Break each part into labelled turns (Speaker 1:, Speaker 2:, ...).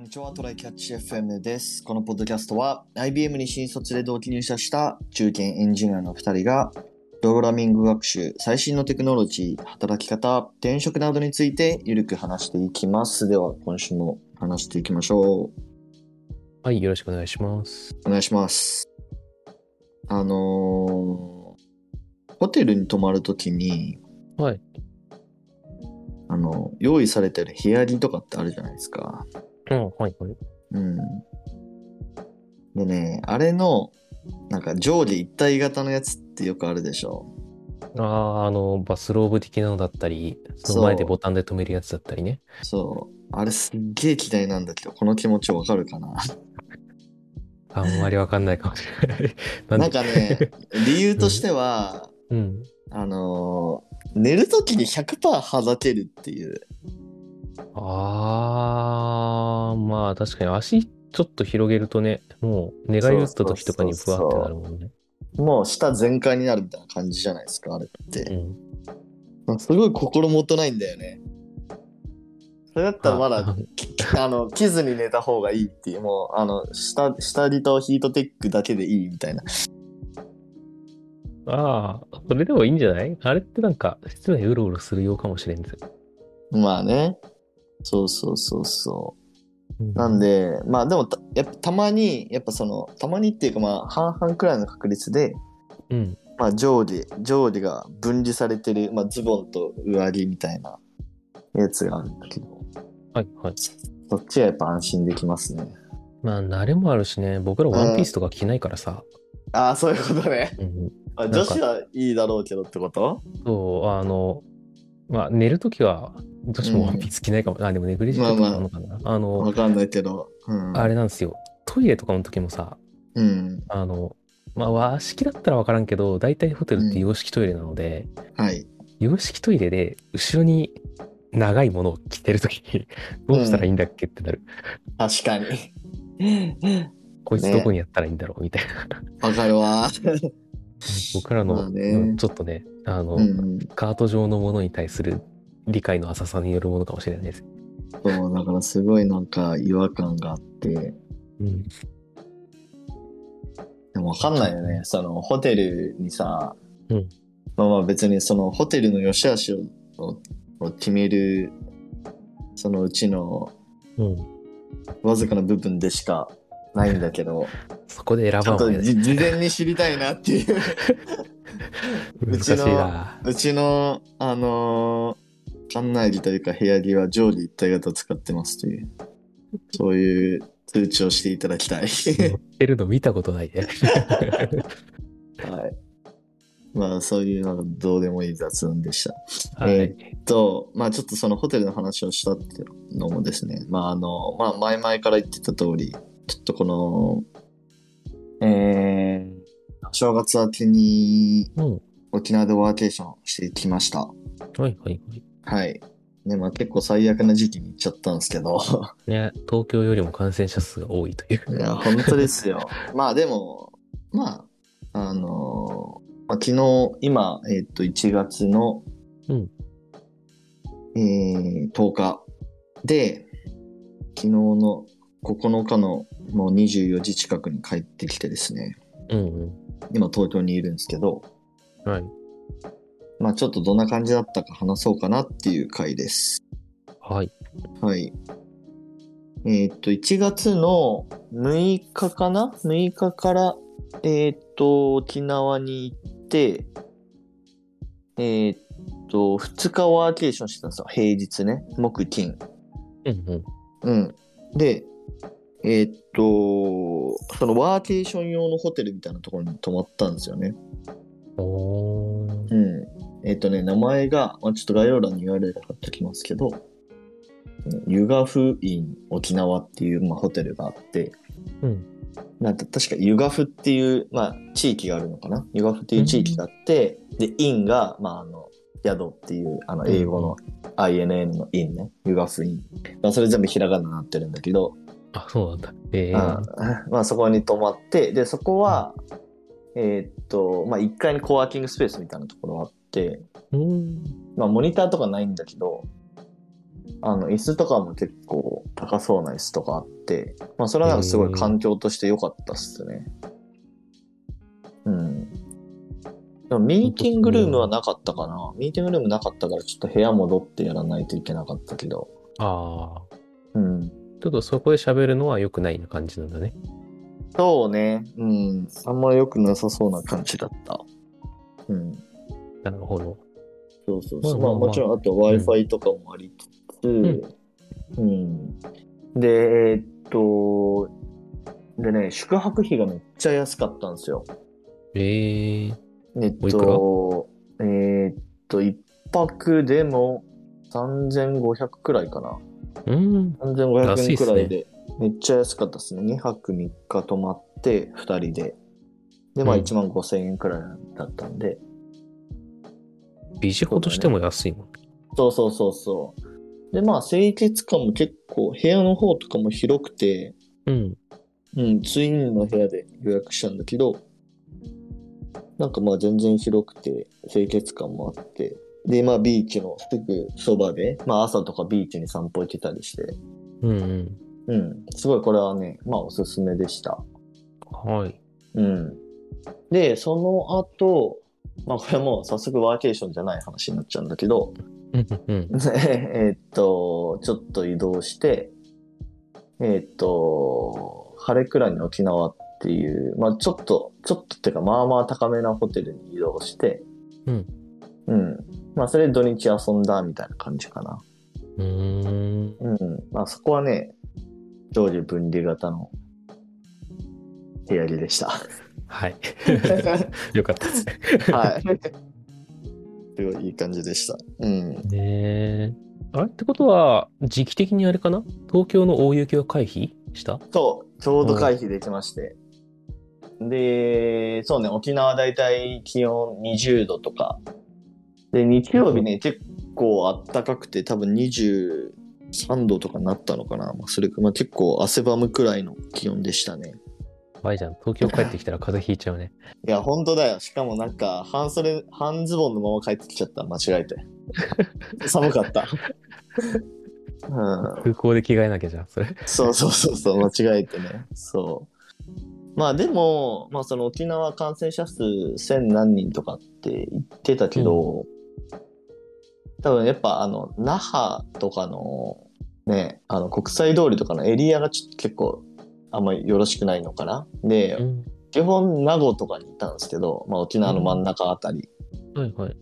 Speaker 1: にちは、トライキャッチ FM です。このポッドキャストは、IBM に新卒で同期入社した中堅エンジニアの2人が、プログラミング学習、最新のテクノロジー、働き方、転職などについてゆるく話していきます。では、今週も話していきましょう。
Speaker 2: はい、よろしくお願いします。
Speaker 1: お願いします。あのーホテルに泊まるときに、
Speaker 2: はい。
Speaker 1: あの、用意されてる部屋着とかってあるじゃないですか。
Speaker 2: うん、はい、はい。
Speaker 1: うん。でね、あれの、なんか上下一体型のやつってよくあるでしょ。
Speaker 2: ああ、あの、バスローブ的なのだったり、
Speaker 1: そ
Speaker 2: そ
Speaker 1: う
Speaker 2: の前でボタンで止めるやつだったりね。
Speaker 1: そう。あれすっげえ嫌いなんだけど、この気持ちわかるか な
Speaker 2: あんまりわかんないかもしれない。 な
Speaker 1: な
Speaker 2: んで
Speaker 1: んかね、理由としては、
Speaker 2: うん。
Speaker 1: あのー寝るときに100%はだけるっていう。
Speaker 2: ああ、まあ確かに足ちょっと広げるとね、もう寝返り打った時とかにブワーってなるもんね。
Speaker 1: もう舌全開になるみたいな感じじゃないですか、あれって。
Speaker 2: うん。
Speaker 1: すごい心もとないんだよね。それだったらまだ
Speaker 2: あ、
Speaker 1: あの、着ずに寝た方がいいっていう、もう、あの、下、下着とヒートテックだけでいいみたいな。
Speaker 2: ああ、それでもいいんじゃないあれってなんか、室内うろうろするようかもしれんぜ。
Speaker 1: まあね。そうそうそうそう。な
Speaker 2: うん
Speaker 1: で、まあでもた、やっぱたまに、やっぱその、たまにっていうかまあ、半々くらいの確率で、
Speaker 2: うん。
Speaker 1: まあ上下、上下が分離されてる、まあズボンと上着みたいなやつがあるんだけど、
Speaker 2: はい、はい。
Speaker 1: そっちはやっぱ安心できますね。
Speaker 2: まあ、慣れもあるしね、僕らワンピースとか着ないからさ。
Speaker 1: ああ、そういうことね。
Speaker 2: うん。
Speaker 1: あ
Speaker 2: なんか
Speaker 1: 女子はいいだろうけどってこと
Speaker 2: そう、あの、まあ、寝るときは、どうしてもワンピース着ないかも、あ、でもネグリジェントとかなのかな。あの、
Speaker 1: わかんないけど。うん。
Speaker 2: あれなんですよ、トイレとかの時もさ、
Speaker 1: うん。
Speaker 2: あの、まあ、和式だったら分からんけど、大体ホテルって洋式トイレなので、
Speaker 1: はい。
Speaker 2: 洋式トイレで後ろに長いものを着てるときに、 どうしたらいいんだっけってなる。
Speaker 1: 確かに。
Speaker 2: こいつどこにやったらいいんだろうみたいな。
Speaker 1: わかるわ。
Speaker 2: 僕らの、
Speaker 1: まあね
Speaker 2: うんちょっとね、あの、
Speaker 1: うん。
Speaker 2: カート上のものに対する理解の浅さによるものかもしれないです。
Speaker 1: そう、だからすごいなんか違和感があって。
Speaker 2: うん。
Speaker 1: でもわかんないよね。そのホテルにさ、
Speaker 2: うん
Speaker 1: まあまあ別にそのホテルの良し悪しををを決める、そのうちの
Speaker 2: うん。
Speaker 1: わずかな部分でしかないんだけど、
Speaker 2: そこで選
Speaker 1: ちょ
Speaker 2: ば
Speaker 1: っ
Speaker 2: ん
Speaker 1: と
Speaker 2: わけです
Speaker 1: じ事前に知りたいなっていう。
Speaker 2: 難しい な。
Speaker 1: うちの、あのー館内着というか部屋着は上下一体型を使ってますという、そういう通知をしていただきたい。
Speaker 2: 乗ってるの見たことないね。
Speaker 1: はい。まあ、そういうのがどうでもいい雑談でした。
Speaker 2: は
Speaker 1: え
Speaker 2: い。
Speaker 1: と、まあ、ちょっとそのホテルの話をしたっていうのもですね、まあ、あの、まあ、前々から言ってた通り、ちょっとこの、えー、正月明けに
Speaker 2: うん。は
Speaker 1: 沖縄でワーケーションしてきました。
Speaker 2: いはいはい。
Speaker 1: はい。ね、まあ結構最悪な時期に行っちゃったんですけど。
Speaker 2: ね、東京よりも感染者数が多いとい う。
Speaker 1: いや、本当ですよ。 まあでも、まあ、あのーまあ、昨日、今、えっ、と、1月の、
Speaker 2: うん
Speaker 1: えー10日で、昨日の9日のもう24時近くに帰ってきてですね、
Speaker 2: うん
Speaker 1: 今東京にいるんですけど、
Speaker 2: うん。はい。
Speaker 1: まあちょっとどんな感じだったか話そうかなっていう回です。
Speaker 2: はい。
Speaker 1: はい。えーっと、1月の6日かな ?6 日から、えーっと、沖縄に行って、えーっと、2日ワーケーションしてたんですよ。平日ね。木、金。
Speaker 2: うんうん。
Speaker 1: うん。で、えーっと、そのワーケーション用のホテルみたいなところに泊まったんですよね。
Speaker 2: おー。
Speaker 1: うん。えっ、とね、名前が、まあ、ちょっと概要欄に URL 貼っておきますけど、ユガフイン沖縄っていう、まあ、ホテルがあって、
Speaker 2: うん
Speaker 1: なんか確かユガフっていう、まあ、地域があるのかなユガフっていう地域があって、で、インが、まあ、あの、宿っていう、あの、英語の INN のインね、ユガフイン。まあ、それ全部ひらがなになってるんだけど、
Speaker 2: あ、そうなんだ。えー。
Speaker 1: うんまあそこに泊まって、で、そこは、えーっと、まあ1階にコワーキングスペースみたいなところがあって、
Speaker 2: うん。
Speaker 1: まあモニターとかないんだけど、あの、椅子とかも結構高そうな椅子とかあって、まあ、それはなんかすごい環境として良かったっすね。うん。でも、ミーティングルームはなかったかな。ミーティングルームなかったから、ちょっと部屋戻ってやらないといけなかったけど。
Speaker 2: ああ。
Speaker 1: うん。
Speaker 2: ちょっとそこで喋るのは良くないな感じなんだね。
Speaker 1: そうね。うん。あんま良くなさそうな感じだった。うん。
Speaker 2: なるほど。
Speaker 1: そうそうそう。ま
Speaker 2: ま
Speaker 1: あ
Speaker 2: あまあまあ
Speaker 1: もちろん、あと Wi-Fi とかもありつつ、うん
Speaker 2: ん。
Speaker 1: で、えーっと、でね、宿泊費がめっちゃ安かったんですよ。
Speaker 2: ええ
Speaker 1: えっ
Speaker 2: おいくら
Speaker 1: と、えーっと、一泊でも3500くらいかな。
Speaker 2: うん。
Speaker 1: 3500
Speaker 2: 安い
Speaker 1: 円
Speaker 2: っ
Speaker 1: く
Speaker 2: すね
Speaker 1: らいで、めっちゃ安かったですね。2泊3日泊まって、2人で。で、まあ
Speaker 2: うん
Speaker 1: 1万5000円くらいだったんで、
Speaker 2: ビジホとしても安いもん。
Speaker 1: そうそうそうそう。で、まあ、清潔感も結構、部屋の方とかも広くて、
Speaker 2: うん。
Speaker 1: うん、ツインの部屋で予約したんだけど、なんかまあ全然広くて、清潔感もあって、で、まあビーチのすぐそばで、まあ朝とかビーチに散歩行けたりして、
Speaker 2: うんうん。
Speaker 1: うん、すごいこれはね、まあおすすめでした。
Speaker 2: はい。
Speaker 1: うん。で、その後、まあこれもう早速ワーケーションじゃない話になっちゃうんだけど、
Speaker 2: うんうんうん。
Speaker 1: えーっと、ちょっと移動して、えーっと、晴れくらに沖縄っていう、まあちょっと、ちょっとっていうか、まあまあ高めなホテルに移動して、
Speaker 2: うん。
Speaker 1: うん。まあそれで土日遊んだみたいな感じかな。
Speaker 2: うーん。
Speaker 1: うん。まあそこはね、上下分離型の部屋着でした。
Speaker 2: はい。
Speaker 1: は
Speaker 2: よかったですね。
Speaker 1: い。すごいいい感じでした。うん。
Speaker 2: ねえ。あれってことは、時期的にあれかな東京の大雪を回避した
Speaker 1: そう、ちょうど回避できまして。で、そうね、沖縄だいたい気温20度とか。で、日曜日ね、結構暖かくて、多分23度とかなったのかな。まあ、それか、まあ、結構汗ばむくらいの気温でしたね。
Speaker 2: やばいじゃん。東京帰ってきたら風邪ひいちゃう ね。
Speaker 1: いや、ほんとだよ。しかもなんか、半袖、半ズボンのまま帰ってきちゃった。間違えて。寒かった。うん、
Speaker 2: 空港で着替えなきゃじゃん、それ。
Speaker 1: そうそうそうそう、間違えてね。そう。まあでも、まあその沖縄感染者数千何人とかって言ってたけど、多分やっぱあの、那覇とかのね、あの国際通りとかのエリアがちょっと結構あんまりよろしくないのかな。で、
Speaker 2: うん。
Speaker 1: 基本名護とかにいたんですけど、まあ沖縄の真ん中あたり、
Speaker 2: はいはい。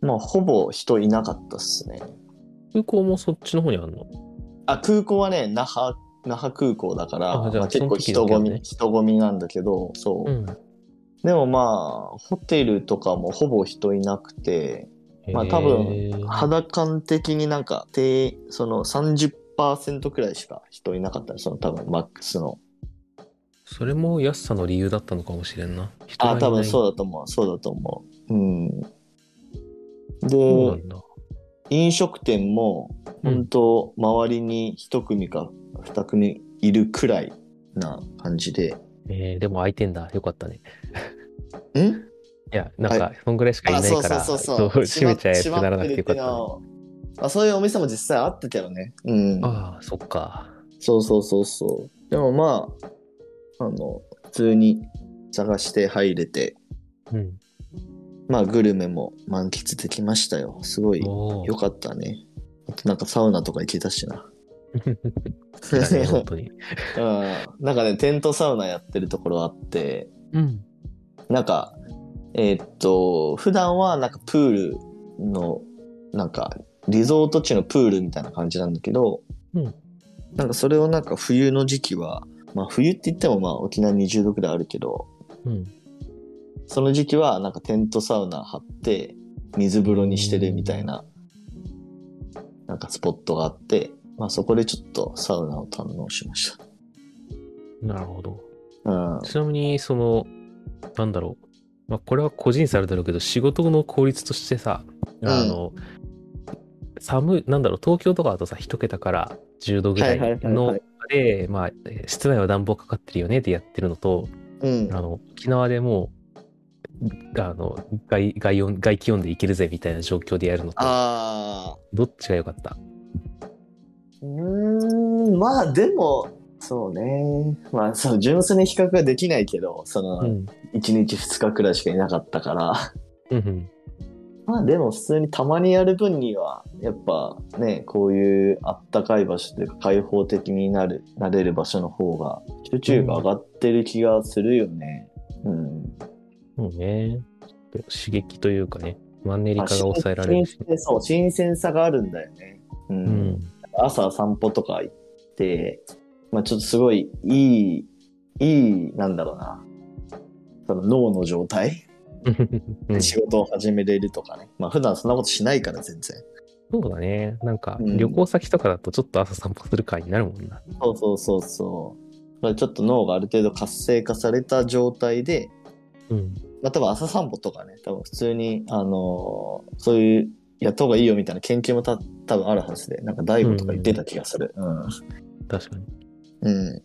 Speaker 1: まあほぼ人いなかったっすね。
Speaker 2: 空港もそっちの方にあるの
Speaker 1: あ空港はね那覇那覇空港だから
Speaker 2: あじゃあ
Speaker 1: まあ、結構
Speaker 2: その
Speaker 1: 人
Speaker 2: 時だ
Speaker 1: 混
Speaker 2: け
Speaker 1: み、
Speaker 2: はね
Speaker 1: 人混みなんだけどそう、
Speaker 2: ん。
Speaker 1: でもまあホテルとかもほぼ人いなくてまあ
Speaker 2: へえ
Speaker 1: 多分肌感的になんか定その30%くらいしか人いなかったその多分マックスの
Speaker 2: それも安さの理由だったのかもしれんな。人が
Speaker 1: あ
Speaker 2: いない
Speaker 1: 多分そうだと思うそうだと思ううん
Speaker 2: そうな
Speaker 1: で
Speaker 2: んだ。
Speaker 1: 飲食店も
Speaker 2: うん
Speaker 1: 本当周りに一組か二組いるくらいな感じで、
Speaker 2: えーでも空いてんだ。よかったね。
Speaker 1: ん
Speaker 2: いや、なんか、そんぐらいしかいないから、
Speaker 1: あそうそう
Speaker 2: ど
Speaker 1: そうう
Speaker 2: 閉めちゃえってならなくてよかったね。
Speaker 1: あそういうお店も実際あってたよね。うん。
Speaker 2: ああ、そっか。
Speaker 1: そうそうそうそう。でもまあ、あの、普通に探して入れて、
Speaker 2: うん。
Speaker 1: まあグルメも満喫できましたよ。すごい
Speaker 2: おー
Speaker 1: 良かったね。あとなんかサウナとか行けたし な。
Speaker 2: 好きだね、本当に。
Speaker 1: うん。なんかね、テントサウナやってるところあって、
Speaker 2: うん。
Speaker 1: なんか、えーっと、普段はなんかプールの、なんかリゾート地のプールみたいな感じなんだけど、
Speaker 2: うん
Speaker 1: なんかそれをなんか冬の時期は、まあ冬って言ってもまあ沖縄20度くらいあるけど、
Speaker 2: うん。
Speaker 1: その時期はなんかテントサウナ張って水風呂にしてるみたいな、なんかスポットがあって、まあそこでちょっとサウナを堪能しまし
Speaker 2: なるほど。
Speaker 1: た。うん。
Speaker 2: ちなみに、その、なんだろう。まあ、これは個人差あるだろうけど、仕事の効率としてさ、
Speaker 1: ん
Speaker 2: あの、寒い、なんだろう、東京とかだとさ、一桁から10度ぐらい
Speaker 1: はいはいはいは
Speaker 2: の
Speaker 1: い
Speaker 2: で、まあ、えー室内は暖房かかってるよねってやってるのと、
Speaker 1: うん。
Speaker 2: あの、沖縄でもう、あの、外、外温、外気温でいけるぜみたいな状況でやるのと、
Speaker 1: あ
Speaker 2: どっちが良かった
Speaker 1: うーん、まあでも、そうね。まあ、そう、純粋に比較はできないけど、その、
Speaker 2: うん。
Speaker 1: 1日2日くらいしかいなかったから。
Speaker 2: うんうん。
Speaker 1: まあでも普通にたまにやる分には、やっぱね、こういうあったかい場所というか開放的になる、なれる場所の方が、集中が上がってる気がするよね。うん。
Speaker 2: そうね。刺激というかね、マンネリ化が抑えられるし
Speaker 1: 新。鮮そう、新鮮さがあるんだよね。
Speaker 2: う
Speaker 1: うん
Speaker 2: ん。
Speaker 1: 朝散歩とか行って、まあ、ちょっとすごいいい、いい、なんだろうな、その脳の状態
Speaker 2: うん
Speaker 1: で仕事を始めれるとかね。まあ、普段そんなことしないから全然。
Speaker 2: そうだね。なんか、
Speaker 1: うん
Speaker 2: 旅行先とかだとちょっと朝散歩する会になるもんな。
Speaker 1: そうそうそうそう。まあ、ちょっと脳がある程度活性化された状態で、
Speaker 2: うん。
Speaker 1: まあ、多分朝散歩とかね、多分普通に、あのーそういう、やった方がいいよみたいな研究もた多分あるはずで、なんか大悟とか言ってた気がする。うん
Speaker 2: 確かに。
Speaker 1: うん。だか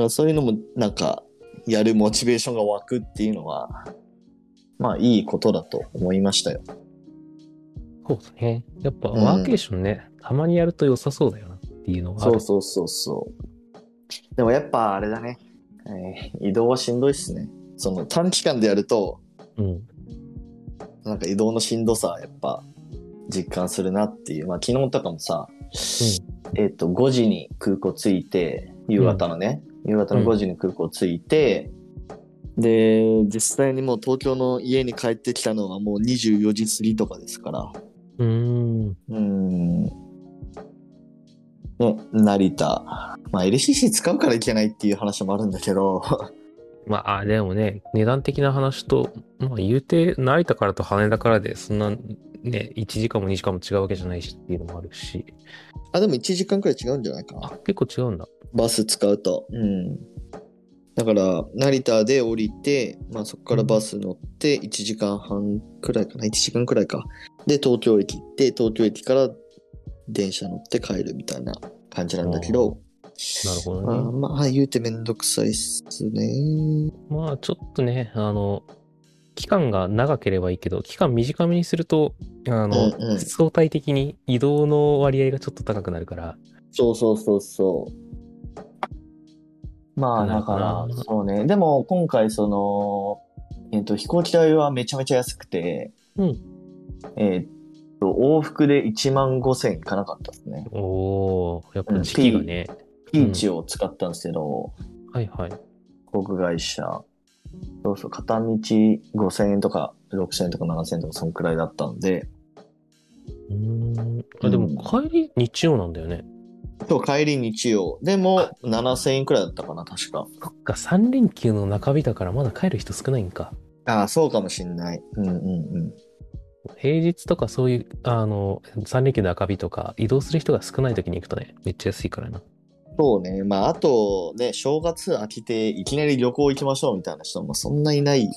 Speaker 1: らそういうのも、なんか、やるモチベーションが湧くっていうのは、まあ、いいことだと思いましたよ。
Speaker 2: そうだね。やっぱ、
Speaker 1: うん
Speaker 2: ワーケーションね、たまにやると良さそうだよなっていうのがあ
Speaker 1: そ
Speaker 2: る。
Speaker 1: うそうそうそう。でもやっぱ、あれだね、えー移動はしんどいっすね。その短期間でやると、
Speaker 2: うん。
Speaker 1: なんか移動のしんどさ、やっぱ、実感するなっていう。まあ、昨日とかもさ、えっ、と、5時に空港着いて、夕方のね、夕方の5時に空港着いて、で、実際にもう東京の家に帰ってきたのはもう24時過ぎとかですから、
Speaker 2: うーん。
Speaker 1: うーん。ね、成田。まあ、LCC 使うからいけないっていう話もあるんだけど、
Speaker 2: まあ、あでもね、値段的な話と、まあ、言うて、成田からと羽田からで、そんな、ね、1時間も2時間も違うわけじゃないしっていうのもあるし、
Speaker 1: あ、でも1時間くらい違うんじゃないかな
Speaker 2: あ。、結構違うんだ。
Speaker 1: バス使うと。うん。だから、成田で降りて、まあそこからバス乗って、1時間半くらいかな、1時間くらいか。で、東京駅行って、東京駅から電車乗って帰るみたいな感じなんだけど、
Speaker 2: なるほ
Speaker 1: まあ、
Speaker 2: どね。
Speaker 1: まあ、言うてめんどくさいっすね。
Speaker 2: まあ、ちょっとね、あの、期間が長ければいいけど、期間短めにすると、あの、
Speaker 1: うんうん
Speaker 2: 相対的に移動の割合がちょっと高くなるから、
Speaker 1: そうそうそうそう。まあ
Speaker 2: な
Speaker 1: だ
Speaker 2: るほ
Speaker 1: か
Speaker 2: どな
Speaker 1: ら、そうね。でも今回その、えっ、と飛行機代はめちゃめちゃ安くて、
Speaker 2: うん
Speaker 1: えっ、と、往復で1万5000いかなかったですね。
Speaker 2: おー、やっぱ時期がね、
Speaker 1: ピーチを使ったんですけど、
Speaker 2: はいはい。
Speaker 1: 航空会社。そうそう、片道5000円とか6000円とか7000円とかそんくらいだったんで、
Speaker 2: うーん。あ、でも帰り日曜なんだよね。
Speaker 1: 今日帰り日曜。でも7000円くらいだったかな、確か。
Speaker 2: そっか、3連休の中日だからまだ帰る人少ないんか。
Speaker 1: ああ、そうかもしんない。うんうんうん。
Speaker 2: 平日とかそういう、あの、3連休の中日とか、移動する人が少ない時に行くとね、めっちゃ安いからな。
Speaker 1: そうね。まあ、あとね、正月飽きて、いきなり旅行行きましょうみたいな人もそんないない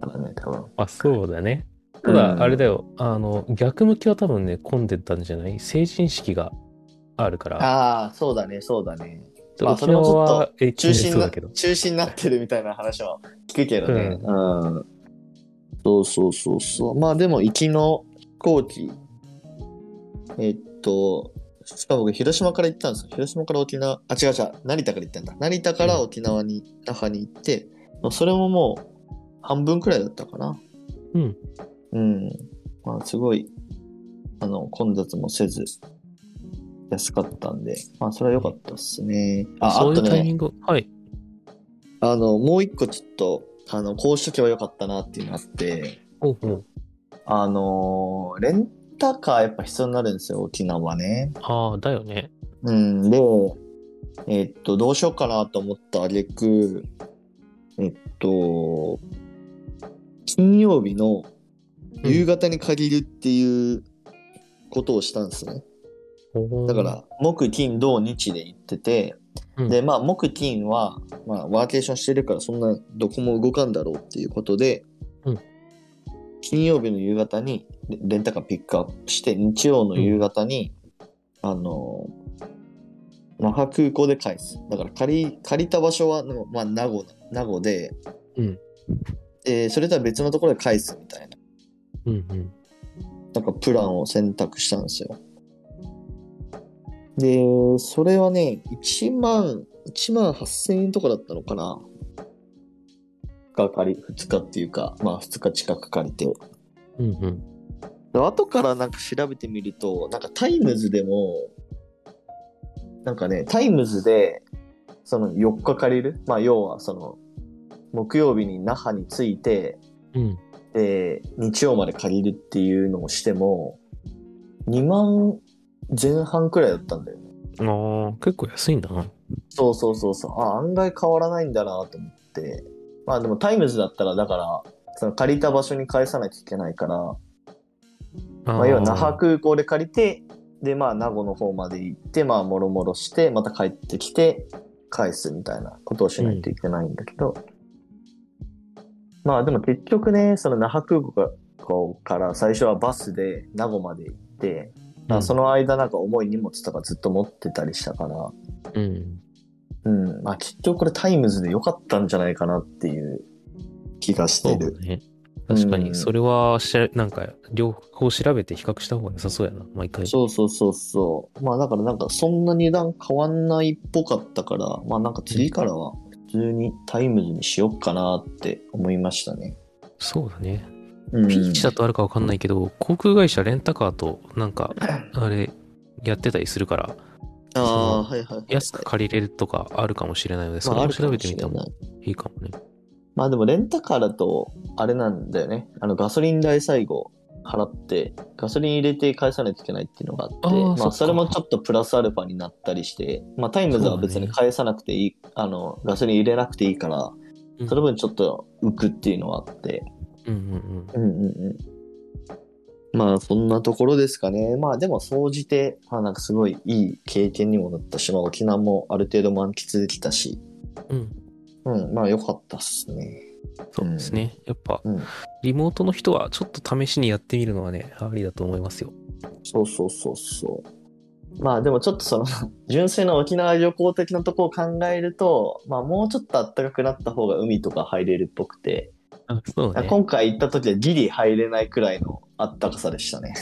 Speaker 1: からね、多分。
Speaker 2: あ、そうだね。た
Speaker 1: うん
Speaker 2: だ、あれだよ、あの、逆向きは多分ね、混んでたんじゃない成人式があるから、
Speaker 1: ああ、そうだね、そうだね。まあそ
Speaker 2: 沖縄
Speaker 1: れもち
Speaker 2: はえ
Speaker 1: 中
Speaker 2: 近
Speaker 1: 止
Speaker 2: い
Speaker 1: に
Speaker 2: そう
Speaker 1: な
Speaker 2: だけど。
Speaker 1: 中止になってるみたいな話は聞くけどね。うん。そうそうそうそう。まあ、でも、行きの飛行機。えっと、しかも僕、広島から行ったんですよ。広島から沖縄、あ、違う違う、成田から行ったんだ。成田から沖縄に、那覇に行って、まあそれももう、半分くらいだったかな。
Speaker 2: うん。
Speaker 1: うん。まあ、すごい、あの、混雑もせず、安かったんで、まあ、それは良かったっすね。あ、
Speaker 2: そ
Speaker 1: あ
Speaker 2: うい
Speaker 1: と
Speaker 2: うタイミ
Speaker 1: ね、
Speaker 2: ング、はい。
Speaker 1: あの、もう一個ちょっと、あの、こうしとけばよかったなっていうのがあって、
Speaker 2: ほうほう。
Speaker 1: あのーレンタカーやっぱ必要になるんですよ、沖縄はね。
Speaker 2: ああ、だよね。
Speaker 1: うん、で、えっと、どうしようかなと思ったあげく、えっと、金曜日の夕方に借りるっていうことをしたんですね。だ
Speaker 2: だ
Speaker 1: から、木、金、土、日で行ってて、
Speaker 2: うん
Speaker 1: で、まあ、木、金は、まあ、ワーケーションしてるから、そんなどこも動かんだろうっていうことで、
Speaker 2: うん
Speaker 1: 金曜日の夕方にレレンタカーピックアップして、日曜の夕方に、あの、那覇空港で返す。だから借り、借りた場所は、まあ、名護、名護で、
Speaker 2: うん
Speaker 1: えーそれとは別のところで返すみたいな、
Speaker 2: うんうん。
Speaker 1: なんかプランを選択したんですよ。で、それはね、1万、1万8000円とかだったのかな。かかり、2日っていうか、まあ2日近く借りて。
Speaker 2: うんうん。
Speaker 1: で後からなんか調べてみると、なんかタイムズでも、なんかね、タイムズで、その4日借りるまあ要はその、木曜日に那覇に着いて、
Speaker 2: うん。
Speaker 1: で、日曜まで借りるっていうのをしても、2万前半くらいだったんだよね。
Speaker 2: ああ、結構安いんだな。
Speaker 1: そうそうそうそう。あ、案外変わらないんだなと思って。まあでもタイムズだったら、だから、その借りた場所に返さなきゃいけないから、
Speaker 2: あ
Speaker 1: まあ、
Speaker 2: ー
Speaker 1: 要は那覇空港で借りて、で、まあ、名護の方まで行って、まあ、もろもろして、また帰ってきて、返すみたいなことをしないといけないんだけど、まあ、でも結局ね、その那覇空港から最初はバスで名護まで行って、まあその間なんか重い荷物とかずっと持ってたりしたから、
Speaker 2: うん。
Speaker 1: うん、まあ、きっとこれタイムズで良かったんじゃないかなっていう気がし
Speaker 2: そ
Speaker 1: て
Speaker 2: うだ
Speaker 1: る。
Speaker 2: ね。確か
Speaker 1: う
Speaker 2: に、
Speaker 1: ん
Speaker 2: それはしゃ、なんか、両方調べて比較した方が良さそうやな、毎回。
Speaker 1: そうそうそうそう。まあだからなんかそんな値段変わんないっぽかったから、まあなんか次からは普通にタイムズにしよっかなって思いましたね。
Speaker 2: そうだね。
Speaker 1: うん
Speaker 2: ピーチだとあるか分かんないけど、航空会社レンタカーとな んかあれやってたりするから
Speaker 1: ああ、はいはいはい。
Speaker 2: 安く借りれるとかあるかもしれないのでそ
Speaker 1: ま
Speaker 2: れ
Speaker 1: ああ
Speaker 2: を
Speaker 1: るか
Speaker 2: 調べ
Speaker 1: も
Speaker 2: て
Speaker 1: し
Speaker 2: み
Speaker 1: れ
Speaker 2: て
Speaker 1: な
Speaker 2: も
Speaker 1: い。
Speaker 2: いいかもね
Speaker 1: まあでもレンタカーだとあれなんだよね。あのガソリン代最後払って、ガソリン入れて返さないといけないっていうのがあって、
Speaker 2: あーそっ
Speaker 1: まあ
Speaker 2: か
Speaker 1: それもちょっとプラスアルファになったりして、まあタイムズは別に返さなくていい、あのガソリン入れなくていいから、
Speaker 2: うん
Speaker 1: その分ちょっと浮くっていうのはあって、
Speaker 2: うんうん
Speaker 1: うんうんうん。まあそんなところですかね。まあでも総じて、まあなんかすごいいい経験にもなったし、まあ沖縄もある程度満喫できたし、
Speaker 2: うんうん
Speaker 1: うん、まあ良かったっすね。
Speaker 2: そうですねやっぱ
Speaker 1: うん。
Speaker 2: リモートの人はちょっと試しにやってみるのはねありだと思いますよ
Speaker 1: そうそうそうそう。まあでもちょっとその 純粋な沖縄旅行的なとこを考えると、まあもうちょっと暖かくなった方が海とか入れるっぽくて、
Speaker 2: あそうね
Speaker 1: 今回行った時はギリ入れないくらいの暖かさでしたね。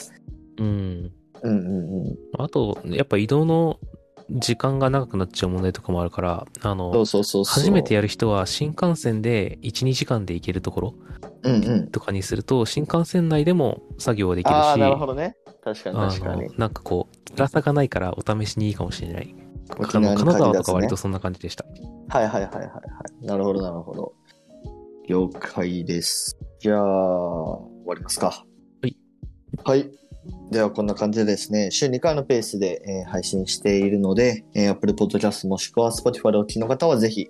Speaker 2: うん
Speaker 1: うんうんうん。
Speaker 2: あとやっぱ移動の時間が長くなっちゃう問題とかもあるからあ
Speaker 1: そ
Speaker 2: の
Speaker 1: うそうそうそう。
Speaker 2: 初めてやる人は新幹線で12時間で行けるところ
Speaker 1: うんうん。
Speaker 2: とかにすると新幹線内でも作業はできるし
Speaker 1: ああー、なるほどね。確かに確かに
Speaker 2: あ。のなんかこう辛さがないからお試しにいいかもしれない
Speaker 1: 沖
Speaker 2: あ
Speaker 1: 縄
Speaker 2: の
Speaker 1: に
Speaker 2: 金
Speaker 1: 限
Speaker 2: 沢と
Speaker 1: らず
Speaker 2: か
Speaker 1: ね
Speaker 2: 割とそんな感じでした、
Speaker 1: はいはいはいはいはい。なるほどなるほど。了解です。じゃあ、終わりますか。
Speaker 2: はい。
Speaker 1: はい。ではこんな感じでですね、週2回のペースで、えー配信しているので、えー Apple Podcast もしくは Spotify でお聞きの方はぜひ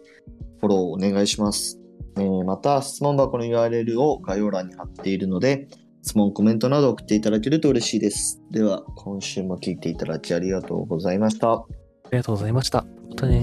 Speaker 1: フォローお願いします。えーまた、質問箱の URL を概要欄に貼っているので、質問、コメントなど送っていただけると嬉しいです。では、今週も聞いていただきありがとうございました。
Speaker 2: ありがとうございましたまたね